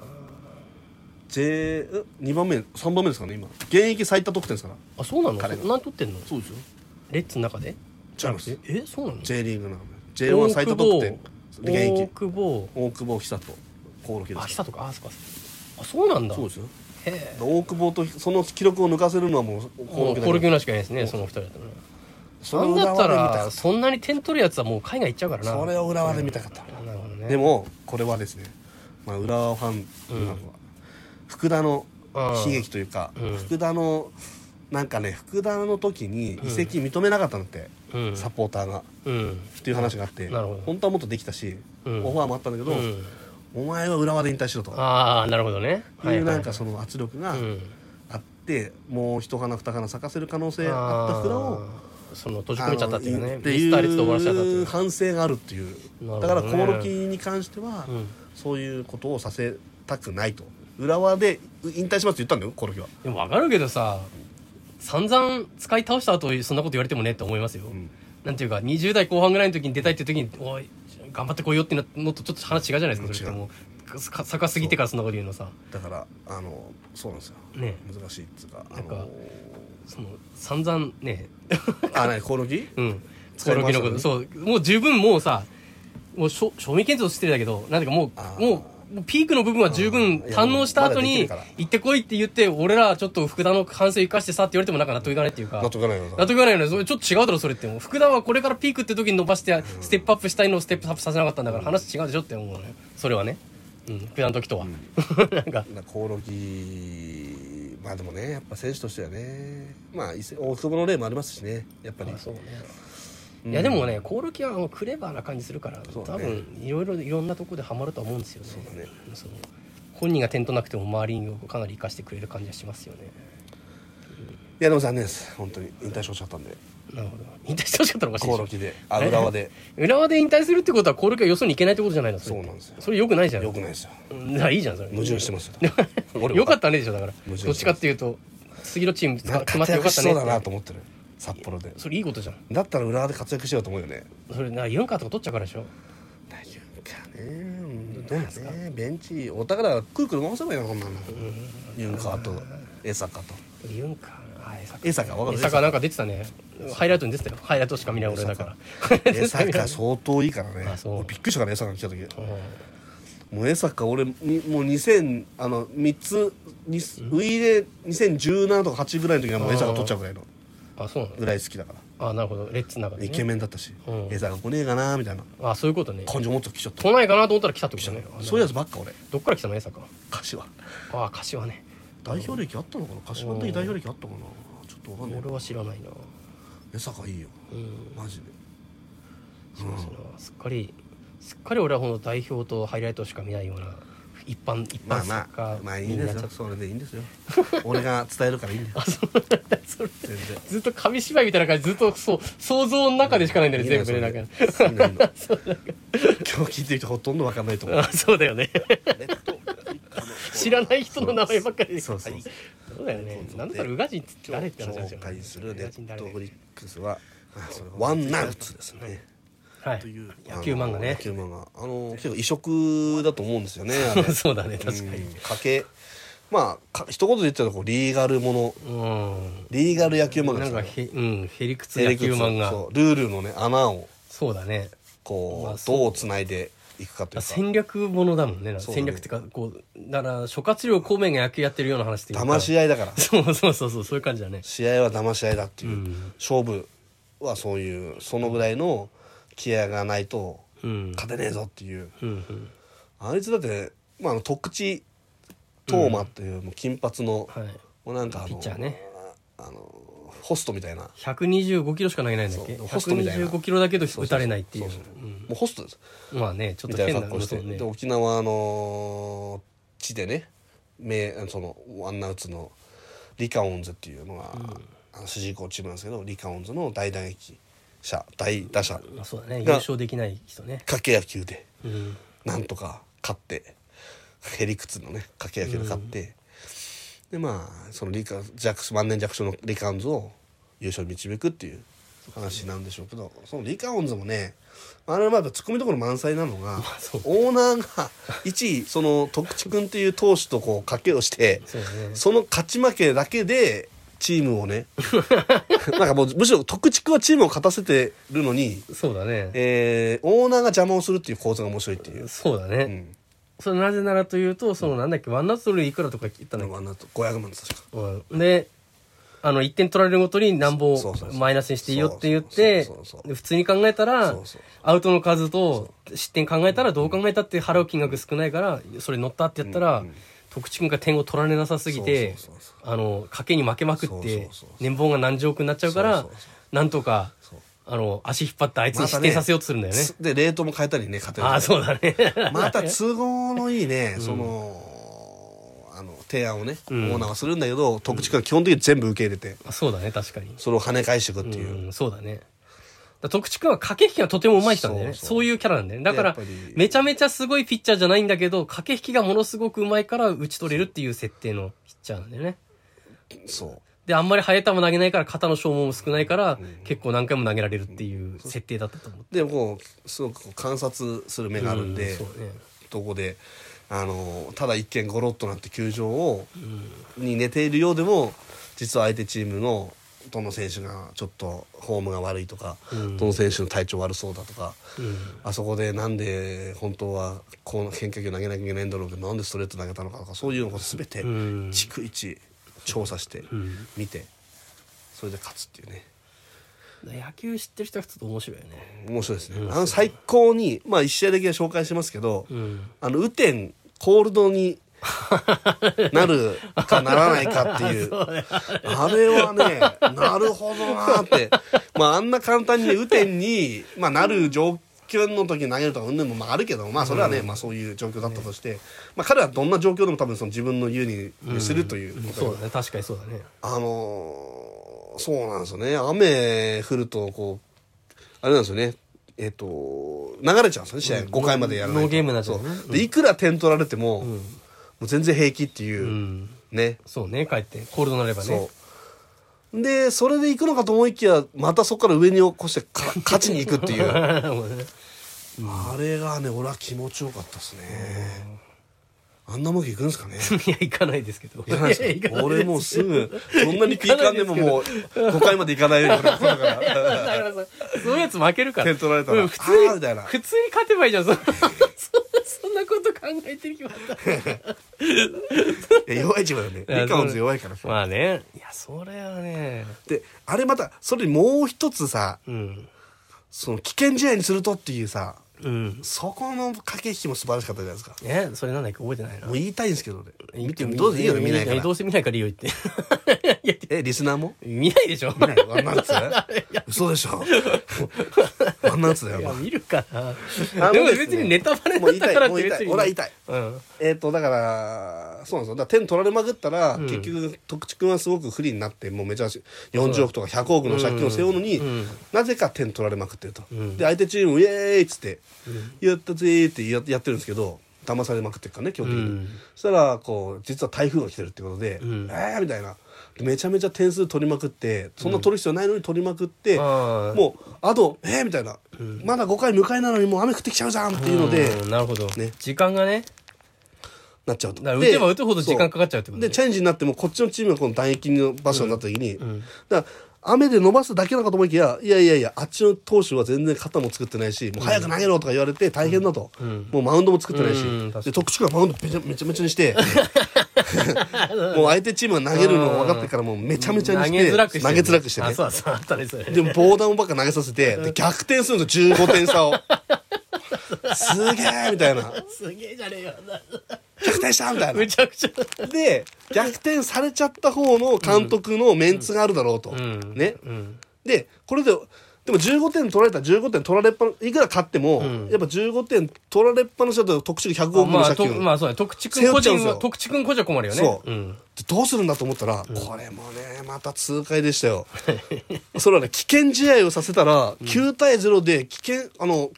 Speaker 1: J 2番目3番目ですからね今現役最多得点ですから
Speaker 2: あそうなの
Speaker 1: 彼が
Speaker 2: そ何取ってんの
Speaker 1: そうですよ
Speaker 2: レッツの中で
Speaker 1: 違います
Speaker 2: えそうなの
Speaker 1: J リーグなの J1 最多得点現
Speaker 2: 大
Speaker 1: 役
Speaker 2: 久保
Speaker 1: 大久保久人コオロキで
Speaker 2: あ
Speaker 1: す
Speaker 2: 久とかあそうかあそうなんだ
Speaker 1: そうですよ
Speaker 2: へえ
Speaker 1: 大久保とその記録を抜かせるのはもうコオ
Speaker 2: も
Speaker 1: ロ
Speaker 2: う
Speaker 1: キだ
Speaker 2: コル
Speaker 1: け
Speaker 2: ギ
Speaker 1: ど
Speaker 2: ュナしかいないですねその二人だったらね
Speaker 1: そ
Speaker 2: な
Speaker 1: れを
Speaker 2: んだ
Speaker 1: 浦
Speaker 2: った
Speaker 1: 和で見た
Speaker 2: ら
Speaker 1: か
Speaker 2: そんなに点取るやつはもう海外行っちゃうから
Speaker 1: った
Speaker 2: な
Speaker 1: それを浦和で見たかった
Speaker 2: なるほどね
Speaker 1: でもこれはですね、まあ、浦和ファンなんかは福田の悲劇というか、
Speaker 2: うん
Speaker 1: 福田のなんかね福田の時に移籍認めなかったんだって、
Speaker 2: うん
Speaker 1: サポーターが
Speaker 2: うん
Speaker 1: っていう話があって、
Speaker 2: なるほど
Speaker 1: 本当はもっとできたし、
Speaker 2: うん
Speaker 1: オファーもあったんだけど、
Speaker 2: うん
Speaker 1: お前は浦和で引退しろと
Speaker 2: ああなるほどねはいいうはい
Speaker 1: なんかその圧力が
Speaker 2: うん
Speaker 1: あって、もう一花二花咲かせる可能性あった福田を
Speaker 2: あーその閉じ込めちゃったっていう
Speaker 1: あの
Speaker 2: ね
Speaker 1: って
Speaker 2: ミスターレッツと終わらせちゃったってい
Speaker 1: いうう反省があるっていう、
Speaker 2: なるほどね
Speaker 1: だからコオロキに関しては、
Speaker 2: うん
Speaker 1: そういうことをさせたくないと浦和で引退しますって言ったんだよコオロキは、
Speaker 2: でも分かるけどさ散々使い倒した後そんなこと言われてもねって思いますよ、
Speaker 1: うん
Speaker 2: なんていうか20代後半ぐらいの時に出たいっていう時におい頑張ってこいよってなのとちょっと話違うじゃないですかそれってもうか坂過ぎてからそんなこと言うのさ
Speaker 1: だからあのそうなんですよ、
Speaker 2: ね
Speaker 1: 難しいっつうかあ
Speaker 2: なんか
Speaker 1: の
Speaker 2: その散々ね
Speaker 1: あ何コオロキ
Speaker 2: うん
Speaker 1: 使い回したのね
Speaker 2: そうもう十分もうさもうしょ賞味検討してるだけどなんていうかも
Speaker 1: あ
Speaker 2: う
Speaker 1: ー
Speaker 2: もうもうピークの部分は十分
Speaker 1: うん
Speaker 2: 堪能した後
Speaker 1: いや
Speaker 2: に
Speaker 1: まだできるから
Speaker 2: 行ってこいって言って俺らちょっと福田の感性生かしてさって言われてもなんか納得いかないっていうか
Speaker 1: 納得がないよ
Speaker 2: 納得いかないよねそれちょっと違うだろそれってもう福田はこれからピークって時に伸ばしてステップアップしたいのをステップアップさせなかったんだから話違うでしょって思うのねそれはね、うん、福田の時とは、 [laughs] なんか
Speaker 1: なコオロギまあでもねやっぱ選手としてはねまあ伊勢大久保の例もありますしねやっぱり、
Speaker 2: そうね
Speaker 1: うん
Speaker 2: いやでもねコオロギはもうクレバーな感じするから、
Speaker 1: そうだ
Speaker 2: 多
Speaker 1: ね
Speaker 2: 分いろいろいろんなとこでハマるとは思うんですよね
Speaker 1: そうだね
Speaker 2: その本人が点となくても周りをかなり生かしてくれる感じがしますよね
Speaker 1: いやでも残念です本当に引退しちゃったんで
Speaker 2: なるほど引退してほしかったのかしい
Speaker 1: コオロ
Speaker 2: でし
Speaker 1: キであ浦和で
Speaker 2: ょ浦和で引退するってことはコオロギはよそに行けないってことじゃないのれって
Speaker 1: そうなんですよ
Speaker 2: それよくないじゃん
Speaker 1: よくないですよ
Speaker 2: うんだからいいじゃんそれ
Speaker 1: 矛盾してますよ
Speaker 2: [laughs]
Speaker 1: 俺は
Speaker 2: よかったねでしょだから
Speaker 1: 矛盾して
Speaker 2: どっちかっていうと次のチーム
Speaker 1: なんか
Speaker 2: 決まっ
Speaker 1: 活
Speaker 2: てよ
Speaker 1: 躍
Speaker 2: かっ
Speaker 1: したそう
Speaker 2: ね
Speaker 1: だな
Speaker 2: って
Speaker 1: と思ってる札幌で
Speaker 2: それいいことじゃん
Speaker 1: だったら浦和で活躍しようと思うよね
Speaker 2: それなユンカーとか取っちゃうからでしょ
Speaker 1: 大丈夫かね
Speaker 2: どうなんですか、
Speaker 1: ねベンチお宝がくるくる回せばいいなこんなの
Speaker 2: うん
Speaker 1: ユンカーと江坂と
Speaker 2: 言うんかあ江坂
Speaker 1: 江坂わかる
Speaker 2: 江坂なんか出てたねハイライトに出てたよハイライトしか見ない俺だから
Speaker 1: 江
Speaker 2: [laughs]
Speaker 1: 坂相当いいからね
Speaker 2: あそう
Speaker 1: 俺びっくりしたから江坂が来た時
Speaker 2: う
Speaker 1: もう江坂俺にもう2000あの3つにウイレ2017とか8ぐらいの時はもう江坂取っちゃうぐらいの
Speaker 2: んあそうなん
Speaker 1: ぐらい好きだから
Speaker 2: あなるほどレッツの中で、ね、
Speaker 1: イケメンだったし、
Speaker 2: うん
Speaker 1: 江坂来ねえかなみたいな
Speaker 2: あそういうことね
Speaker 1: 感情持ってきちゃった
Speaker 2: 来ないかなと思ったら来たってことね
Speaker 1: そういうやつばっか俺
Speaker 2: どっから来たの江坂
Speaker 1: 柏
Speaker 2: ああ柏ね
Speaker 1: 代表歴あったのかな柏の時代表歴あったかなちょっとわかんない
Speaker 2: 俺は知らないな
Speaker 1: 江坂いいよ
Speaker 2: うん
Speaker 1: マジで
Speaker 2: そうですねすっかりすっかり俺はこの代表とハイライトしか見ないような一般一
Speaker 1: ま
Speaker 2: 般
Speaker 1: あまあまあいいん
Speaker 2: にな
Speaker 1: で
Speaker 2: っ
Speaker 1: す
Speaker 2: ちゃ
Speaker 1: よ
Speaker 2: った
Speaker 1: それでいいんですよ俺が伝えるからいいんだよ
Speaker 2: それ
Speaker 1: 全然
Speaker 2: ずっと紙芝居みたいな感じずっとそう想像の中でしかないんだよね全部ねなんか
Speaker 1: いいのいいの今日聞いてる人ほとんどわかんないと思う
Speaker 2: あそうだよね知らない人の名前ばっかりで
Speaker 1: そうそう
Speaker 2: はいそうだよねなんだったら宇賀神って誰って話だよね
Speaker 1: 紹介する
Speaker 2: 宇
Speaker 1: ネ
Speaker 2: 賀神
Speaker 1: ッ
Speaker 2: 誰
Speaker 1: ト
Speaker 2: だよ
Speaker 1: フリックスはあそれワンナウツですね
Speaker 2: はい
Speaker 1: という
Speaker 2: 野球漫画
Speaker 1: あの
Speaker 2: ね
Speaker 1: 野球漫画あの結構異色だと思うんですよねあれ
Speaker 2: [laughs] そうだね確かに
Speaker 1: うんかけまあか一言で言ったらこうリーガルもの
Speaker 2: うん
Speaker 1: リーガル野球漫画で
Speaker 2: なん
Speaker 1: す
Speaker 2: か
Speaker 1: よ
Speaker 2: へ、うん、へりくつ
Speaker 1: テレ
Speaker 2: 野
Speaker 1: ビ
Speaker 2: 球
Speaker 1: 局
Speaker 2: 漫
Speaker 1: そ
Speaker 2: 画。そう
Speaker 1: ルールのね穴を
Speaker 2: うだね。
Speaker 1: こう、
Speaker 2: まあそう
Speaker 1: どうつないでいくかというか
Speaker 2: 戦略ものだもんね。なんか
Speaker 1: そうだ
Speaker 2: 戦
Speaker 1: ね
Speaker 2: 略ってか、こう、だから、諸葛亮孔明が野球やってるような話っていうか。
Speaker 1: 騙し合いだから
Speaker 2: そうそうそうそう、そういう感じだね。
Speaker 1: 試合は騙し合いだっていう、
Speaker 2: うん
Speaker 1: 勝負はそういうそのぐらいの気合がないと
Speaker 2: うん。
Speaker 1: 勝てねえぞっていう、
Speaker 2: うんうん。
Speaker 1: あいつだって、まあ、あの徳地トーマっていうもう金髪の、
Speaker 2: はい。
Speaker 1: もうなんかあの
Speaker 2: ピッチャーね
Speaker 1: あのホストみたいな
Speaker 2: 125キロしか投げないんだっけ
Speaker 1: そうホストみたいな
Speaker 2: ?125 キロだけど打たれないっていう。
Speaker 1: そそそ
Speaker 2: うん
Speaker 1: もうホストです
Speaker 2: まあね、ちょっ
Speaker 1: み
Speaker 2: と
Speaker 1: たい
Speaker 2: 変
Speaker 1: な
Speaker 2: な
Speaker 1: 格好して、
Speaker 2: そうね
Speaker 1: で。沖縄の地でね名そのワンナウツのリカオンズっていうのが、あの主人公チームなんですけどリカオンズの大打撃者大打者
Speaker 2: まあそうだね。優
Speaker 1: が
Speaker 2: 勝できない人ね。
Speaker 1: 掛け野球で
Speaker 2: うん。
Speaker 1: なんとか勝ってへりくつのね掛け野球で勝って、でまあそのリカジャックス万年弱小のリカオンズを優勝に導くっていう話なんでしょうけどそのリカオンズもねあれはまあツッコミどころ満載なのが、
Speaker 2: そう
Speaker 1: オーナーが一位その徳地君っていう投手とこう賭けをして
Speaker 2: そうだね。
Speaker 1: その勝ち負けだけでチームをね [laughs] なんかもうむしろ徳地君はチームを勝たせてるのに、
Speaker 2: そうだね。
Speaker 1: えーオーナーが邪魔をするっていう構図が面白いっていう。
Speaker 2: そうだ
Speaker 1: う
Speaker 2: ね。
Speaker 1: ん
Speaker 2: それなぜならというと、そのなんだっけ、ワンナッツルいくらとか言ったんだっけ
Speaker 1: あの500万です確か
Speaker 2: うん、であの1点取られるごとになんぼ
Speaker 1: そうそうそう
Speaker 2: マイナスにしていいよって言って
Speaker 1: そうそうそうそう
Speaker 2: で普通に考えたら
Speaker 1: そうそう
Speaker 2: アウトの数と失点考えたらどう考えたって払う金額少ないからそれ乗ったってやったら徳地君が点を取られなさすぎて
Speaker 1: そうそうそ
Speaker 2: あの賭けに負けまくって
Speaker 1: そうそうそう
Speaker 2: 年俸が何十億になっちゃうから
Speaker 1: そうそうそ
Speaker 2: なんとか
Speaker 1: そう
Speaker 2: あの足引っ張ってあいつに
Speaker 1: また
Speaker 2: 失
Speaker 1: ね
Speaker 2: 点させようとするんだよね。
Speaker 1: つでレートも変えたりね勝てる
Speaker 2: ああそうだね [laughs]
Speaker 1: また都合のいいね、そのあの提案をね、オーナーはするんだけど特地区は基本的に全部受け入れて
Speaker 2: そうだね確かに
Speaker 1: それを跳ね返していくっていう、
Speaker 2: うん、そうだね。だから徳地君は駆け引きがとても上手い人なんだよね。そ
Speaker 1: そううそう
Speaker 2: いうキャラなんだよね。だから
Speaker 1: でやっぱり、
Speaker 2: めちゃめちゃすごいピッチャーじゃないんだけど、駆け引きがものすごく上手いから打ち取れるっていう設定のピッチャーなんだよね。
Speaker 1: そう
Speaker 2: で、あんまり速い球投げないから肩の消耗も少ないから、結構何回も投げられるっていう設定だったと思う。
Speaker 1: でもこうすごくこう観察する目があるんで、
Speaker 2: うんそうね。
Speaker 1: どこであのただ一見ゴロッとなって球場を、に寝ているようでも実は相手チームのどの選手がちょっとフォームが悪いとか、
Speaker 2: うん
Speaker 1: どの選手の体調悪そうだとか、
Speaker 2: うん。
Speaker 1: あそこでなんで本当はこの変化球投げなきゃいけないんだろうけどなんでストレート投げたのかとかそういうのを全て
Speaker 2: うん
Speaker 1: 逐一調査して
Speaker 2: ん
Speaker 1: 見てそれで勝つっていうね
Speaker 2: 野球知ってる人はちょっと面白いよね。
Speaker 1: 面白いですねあの最高にまあ1試合だけは紹介しますけど
Speaker 2: うん。
Speaker 1: あの雨天コールドになるかならないかって [laughs] いうあれはねなるほどなーって [laughs] まああんな簡単に雨天に、まあ、なる状況の時に投げるとかうんぬんもまああるけどまあそれはね、まあ、そういう状況だったとして、まあ、彼はどんな状況でも多分その自分の優にするということだから
Speaker 2: そうだね。確かにそうだね。
Speaker 1: あのーそうなんですよね。雨降ると、こう、あれなんですよね。えっ、と、流れちゃうんですよね、試合。5回までやらないと。
Speaker 2: ノーゲームになっちゃうね
Speaker 1: そで、いくら点取られても、もう全然平気っていう、
Speaker 2: うん。
Speaker 1: ね。
Speaker 2: そうね。帰って、コールドになればね。
Speaker 1: そう。で、それで行くのかと思いきや、またそこから上に起こしてか、勝ちに行くってい [laughs] う。
Speaker 2: [laughs] もうね
Speaker 1: あれがね俺は気持ちよかったですねあんなもんいくんですかね
Speaker 2: いや行かないですけ
Speaker 1: [laughs]
Speaker 2: ど
Speaker 1: いかないですか
Speaker 2: いや行かない
Speaker 1: 俺もうすぐそんなにピーカンでももう5回までいかないようになったから
Speaker 2: だからさそういうやつ負けるから
Speaker 1: 点取られたら
Speaker 2: うん普通
Speaker 1: あーみたい
Speaker 2: に
Speaker 1: な
Speaker 2: 普通に勝てばいいじゃん
Speaker 1: [laughs]
Speaker 2: そそそんなこと考えてる気まった
Speaker 1: [laughs] いや弱いチームだよねリカオンズ弱いからさ
Speaker 2: まあねいやそれはね
Speaker 1: であれまたそれにもう一つさ
Speaker 2: うん
Speaker 1: その危険試合にするとっていうさ
Speaker 2: うん
Speaker 1: そこの駆け引きも素晴らしかったじゃないですか
Speaker 2: えそれなんだっけ覚えてないな
Speaker 1: もう言いたいんですけどね見て
Speaker 2: み
Speaker 1: どうせいいよね見ないか
Speaker 2: ど
Speaker 1: ら
Speaker 2: うせ見ないからいいよ言っていや
Speaker 1: えリスナーも
Speaker 2: 見 [laughs] ないでしょ
Speaker 1: [laughs] 見ない [laughs] ワンナッツ
Speaker 2: [laughs]
Speaker 1: 嘘でしょワンナッツだよ
Speaker 2: い
Speaker 1: な
Speaker 2: や見るかな
Speaker 1: の
Speaker 2: でも
Speaker 1: です
Speaker 2: 別
Speaker 1: ね
Speaker 2: にネタバレだったからっ
Speaker 1: もう言
Speaker 2: て
Speaker 1: いた
Speaker 2: 別
Speaker 1: い
Speaker 2: に
Speaker 1: もう言いたい
Speaker 2: うん
Speaker 1: えっ、とだからそうなんですよだから点取られまくったら、
Speaker 2: ん
Speaker 1: 結局徳地君はすごく不利になってもうめちゃ40億とか100億の借金を背負うのに、
Speaker 2: うんうん
Speaker 1: なぜか点取られまくってると、
Speaker 2: ん
Speaker 1: で相手チームもイエーイっつって、やったぜーってややってるんですけど騙されまくってるからね基本的に、
Speaker 2: うん
Speaker 1: そしたらこう実は台風が来てるってことで、
Speaker 2: ん
Speaker 1: えーみたいなめちゃめちゃ点数取りまくってそんな取る必要ないのに取りまくって、
Speaker 2: あー
Speaker 1: もうあとえーみたいな、まだ5回迎えなのにもう雨降ってきちゃうじゃんっていうので、
Speaker 2: うんなるほど
Speaker 1: ね
Speaker 2: 時間がね
Speaker 1: なっちゃうと
Speaker 2: だから打てば打つほど時間かかっちゃうって
Speaker 1: そ
Speaker 2: こ
Speaker 1: う
Speaker 2: と
Speaker 1: で
Speaker 2: ね
Speaker 1: チェンジになってもこっちのチームがこの打撃の場所になった時に、
Speaker 2: ん
Speaker 1: だから雨で伸ばすだけなのかと思いきやいやいやいやあっちの投手は全然肩も作ってないしもう早く投げろとか言われて大変だと、もうマウンドも作ってないし、
Speaker 2: うん確か
Speaker 1: で
Speaker 2: に
Speaker 1: 特殊がマウンドめちゃめちゃめちゃにして
Speaker 2: [laughs]
Speaker 1: もう相手チームが投げるの分かってからもうめちゃめちゃにして
Speaker 2: 投げづらくして
Speaker 1: 投げづらくして
Speaker 2: あ
Speaker 1: ね
Speaker 2: そうだそうだあったねそれ
Speaker 1: でも防弾をばっか投げさせてで逆転するんですよ15点差
Speaker 2: [laughs]
Speaker 1: をすげえみたいな
Speaker 2: すげえじゃねえよ
Speaker 1: 逆転したみたいな
Speaker 2: むちゃくちゃ
Speaker 1: で逆転されちゃった方の監督のメンツがあるだろうと、
Speaker 2: ん
Speaker 1: ね
Speaker 2: うん
Speaker 1: でこれででも15点取られたら15点取られっぱないくら勝っても、やっぱ15点取られっぱなしだと特殊に100億の
Speaker 2: まあ、
Speaker 1: 借
Speaker 2: と
Speaker 1: 金を、
Speaker 2: まあそうだね徳地君個
Speaker 1: 背負っちゃうんで
Speaker 2: 人
Speaker 1: すよ
Speaker 2: は徳地君個人は困るよね
Speaker 1: そう、
Speaker 2: ん
Speaker 1: でどうするんだと思ったら、これもねまた痛快でしたよ [laughs] それはね危険試合をさせたら9対0で危険あの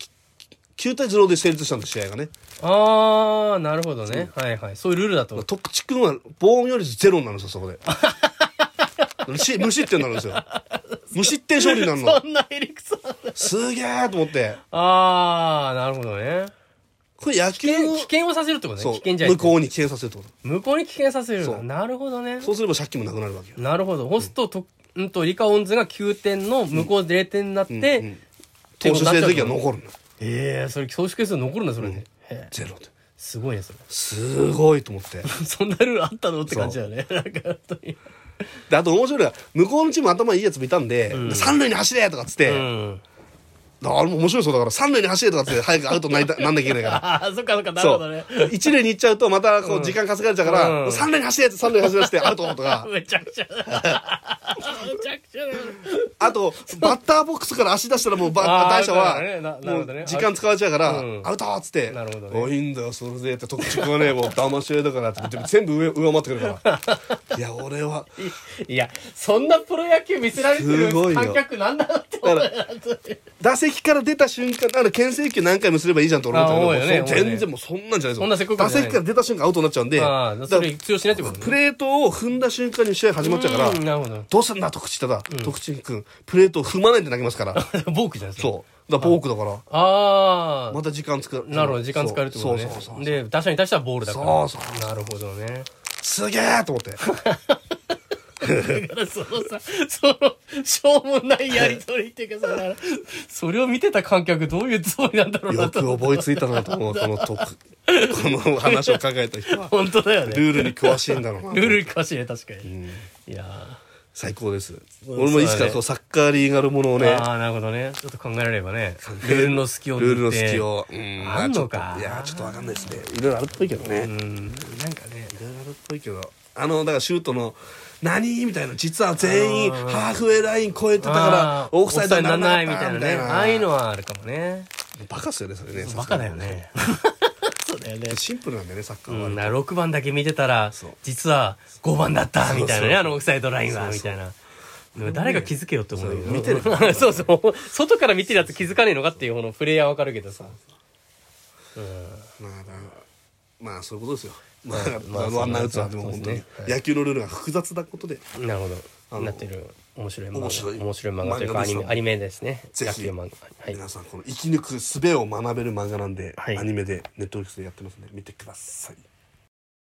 Speaker 1: き9対0で成立したんです試合がね
Speaker 2: ああなるほどね、はいはいそういうルールだと
Speaker 1: 徳地君は防音よりゼロになるんですよそ
Speaker 2: [laughs]
Speaker 1: こで無失無失点になるんですよ無失点勝利になるの
Speaker 2: そんなエリクソン
Speaker 1: すげえと思って
Speaker 2: ああなるほどね
Speaker 1: これ野
Speaker 2: 危
Speaker 1: 球
Speaker 2: 険
Speaker 1: を
Speaker 2: 危険をさせるってことね
Speaker 1: そう
Speaker 2: 危険じゃない
Speaker 1: 向こうに危険させるってこ
Speaker 2: 向こうに危険させるんだ
Speaker 1: そう
Speaker 2: なるほどね
Speaker 1: とそうすれば借金もなくなるわけよ
Speaker 2: なるほどホストと、うん、とリカオンズが9点の向こう0点になって、
Speaker 1: うんうん投手成績は残るの
Speaker 2: ええそれ総集結数残るんだそれで、へえ
Speaker 1: ゼロって
Speaker 2: すごいねそれ
Speaker 1: すごいと思って
Speaker 2: [laughs] そんなルールあったのって感じだよねなんか本当に
Speaker 1: であと面白いのが向こうのチーム頭いいやつもいたんで、三塁に走れとかっつって、
Speaker 2: うん
Speaker 1: だからあれも面白いそうだから三塁に走れとかっつって早くアウトにな
Speaker 2: [laughs]
Speaker 1: りたなんなきゃいけないから
Speaker 2: ああそっかそっかなる
Speaker 1: そ
Speaker 2: ほどね
Speaker 1: う一塁に行っちゃうとまたこう時間稼がれちゃうか
Speaker 2: う
Speaker 1: ら
Speaker 2: ん
Speaker 1: 三塁に走れって三塁に走らせてアウトとか
Speaker 2: めちゃくちゃだめちゃくちゃだ
Speaker 1: あと、バッターボックスから足出したらもうバ
Speaker 2: あー
Speaker 1: 打者は
Speaker 2: なるほどねな、なる
Speaker 1: も
Speaker 2: ほどね
Speaker 1: う時間使われちゃうから
Speaker 2: う、ん
Speaker 1: アウトっつって
Speaker 2: なるほど、ね
Speaker 1: おいいんだよ、それでって、特殊はね、もう騙し合いだからって言って、全部上、上回ってくる
Speaker 2: [laughs]
Speaker 1: から。いや、俺は、
Speaker 2: [laughs] いやそんなプロ野球見せられてる
Speaker 1: すごいよ
Speaker 2: 観客なんだろうって
Speaker 1: だから、打席から出た瞬間、だから、牽制球何回もすればいいじゃんと俺思った
Speaker 2: あー思う
Speaker 1: け
Speaker 2: よね
Speaker 1: ど、もう
Speaker 2: 思うよね
Speaker 1: 全然もうそんなんじゃないです
Speaker 2: そんなせっかくじゃ
Speaker 1: 打
Speaker 2: ない
Speaker 1: 席から出た瞬間アウトになっちゃうんで、
Speaker 2: あ
Speaker 1: だ
Speaker 2: あ
Speaker 1: か
Speaker 2: そ
Speaker 1: ら
Speaker 2: れ通用しないってことね
Speaker 1: プレートを踏んだ瞬間に試合始まっちゃうから、
Speaker 2: うんなるほど
Speaker 1: どうすんだ、徳地ただ、徳地君、プレートを踏まないで投げますから、
Speaker 2: [laughs] ボークじゃないですか
Speaker 1: そう。だから、ボークだから、
Speaker 2: ああ
Speaker 1: また時間使う。
Speaker 2: なるほど時間使えるってことね
Speaker 1: そうそうそうそう。
Speaker 2: で打者に対してはボールだから
Speaker 1: そうそうそ
Speaker 2: なるほどね
Speaker 1: すげえと思って。
Speaker 2: だからそのさそのしょうもないやりとりっていうかさだからそれを見てた観客どういうつもりなんだろうな
Speaker 1: よく
Speaker 2: と
Speaker 1: 覚えついたなと
Speaker 2: [laughs]
Speaker 1: 思う、このと、この話を考えた人は。
Speaker 2: 本当だよね
Speaker 1: ルールに詳しいんだろう
Speaker 2: [laughs] ルー
Speaker 1: な。
Speaker 2: ルかしれ確かに、いやー
Speaker 1: 最高です。
Speaker 2: ん
Speaker 1: 俺もいつ
Speaker 2: そうだ
Speaker 1: か
Speaker 2: ね
Speaker 1: こうサッカーリーガルものをね、
Speaker 2: ああなるほどねちょっと考えられればねルールの隙を
Speaker 1: ルール
Speaker 2: 塗
Speaker 1: の
Speaker 2: って
Speaker 1: 隙を。うんま
Speaker 2: あんの
Speaker 1: ちょっ
Speaker 2: か
Speaker 1: といや、ちょっとわかんないですね。いろいろあるっぽいけどね。いろい
Speaker 2: うんなんかね
Speaker 1: ろあるっぽいけど。あの、だからシュートの、何みたいな、実は全員、ハーフウェイライン越えてたから
Speaker 2: あ、ー
Speaker 1: オフサイドにならなかっ
Speaker 2: オフサイ
Speaker 1: た
Speaker 2: ド
Speaker 1: み
Speaker 2: にな
Speaker 1: た
Speaker 2: らないいみたいなね
Speaker 1: な。
Speaker 2: ああいうのはあるかもね
Speaker 1: バカっすよね、それね。
Speaker 2: バカだよね [laughs] そうだよね
Speaker 1: さすがに。シンプルなんだよね、サッカーは
Speaker 2: う
Speaker 1: 割
Speaker 2: ん、
Speaker 1: と。
Speaker 2: な6番だけ見てたら
Speaker 1: そう
Speaker 2: 実は5番だったみたい
Speaker 1: そう
Speaker 2: な
Speaker 1: そう
Speaker 2: ねあのオフサイドラインはみたいなでも誰が気づけよって思うよ
Speaker 1: そう見てる
Speaker 2: [laughs] そうそう外から見てるやつ気づかねえのかっていうこのプレイヤーわかるけどさ
Speaker 1: まあだまあそういうことですよ。まあ、
Speaker 2: まあ
Speaker 1: あのワンアウトなんてもう
Speaker 2: そ
Speaker 1: 本
Speaker 2: うです
Speaker 1: 当に
Speaker 2: ね
Speaker 1: 野球のルールが複雑なことで、
Speaker 2: なるほ
Speaker 1: あ
Speaker 2: ど。
Speaker 1: の
Speaker 2: なってる面白い漫画。
Speaker 1: 面白い
Speaker 2: 面白い漫画という
Speaker 1: 漫画
Speaker 2: かア
Speaker 1: です
Speaker 2: ニメアニメですね。
Speaker 1: ぜ
Speaker 2: 野
Speaker 1: ひ
Speaker 2: 球漫画。は
Speaker 1: 皆
Speaker 2: い。
Speaker 1: さんこの生き抜く術を学べる漫画なんで、
Speaker 2: はい
Speaker 1: アニメでネットフリックスでやってますんで見てください。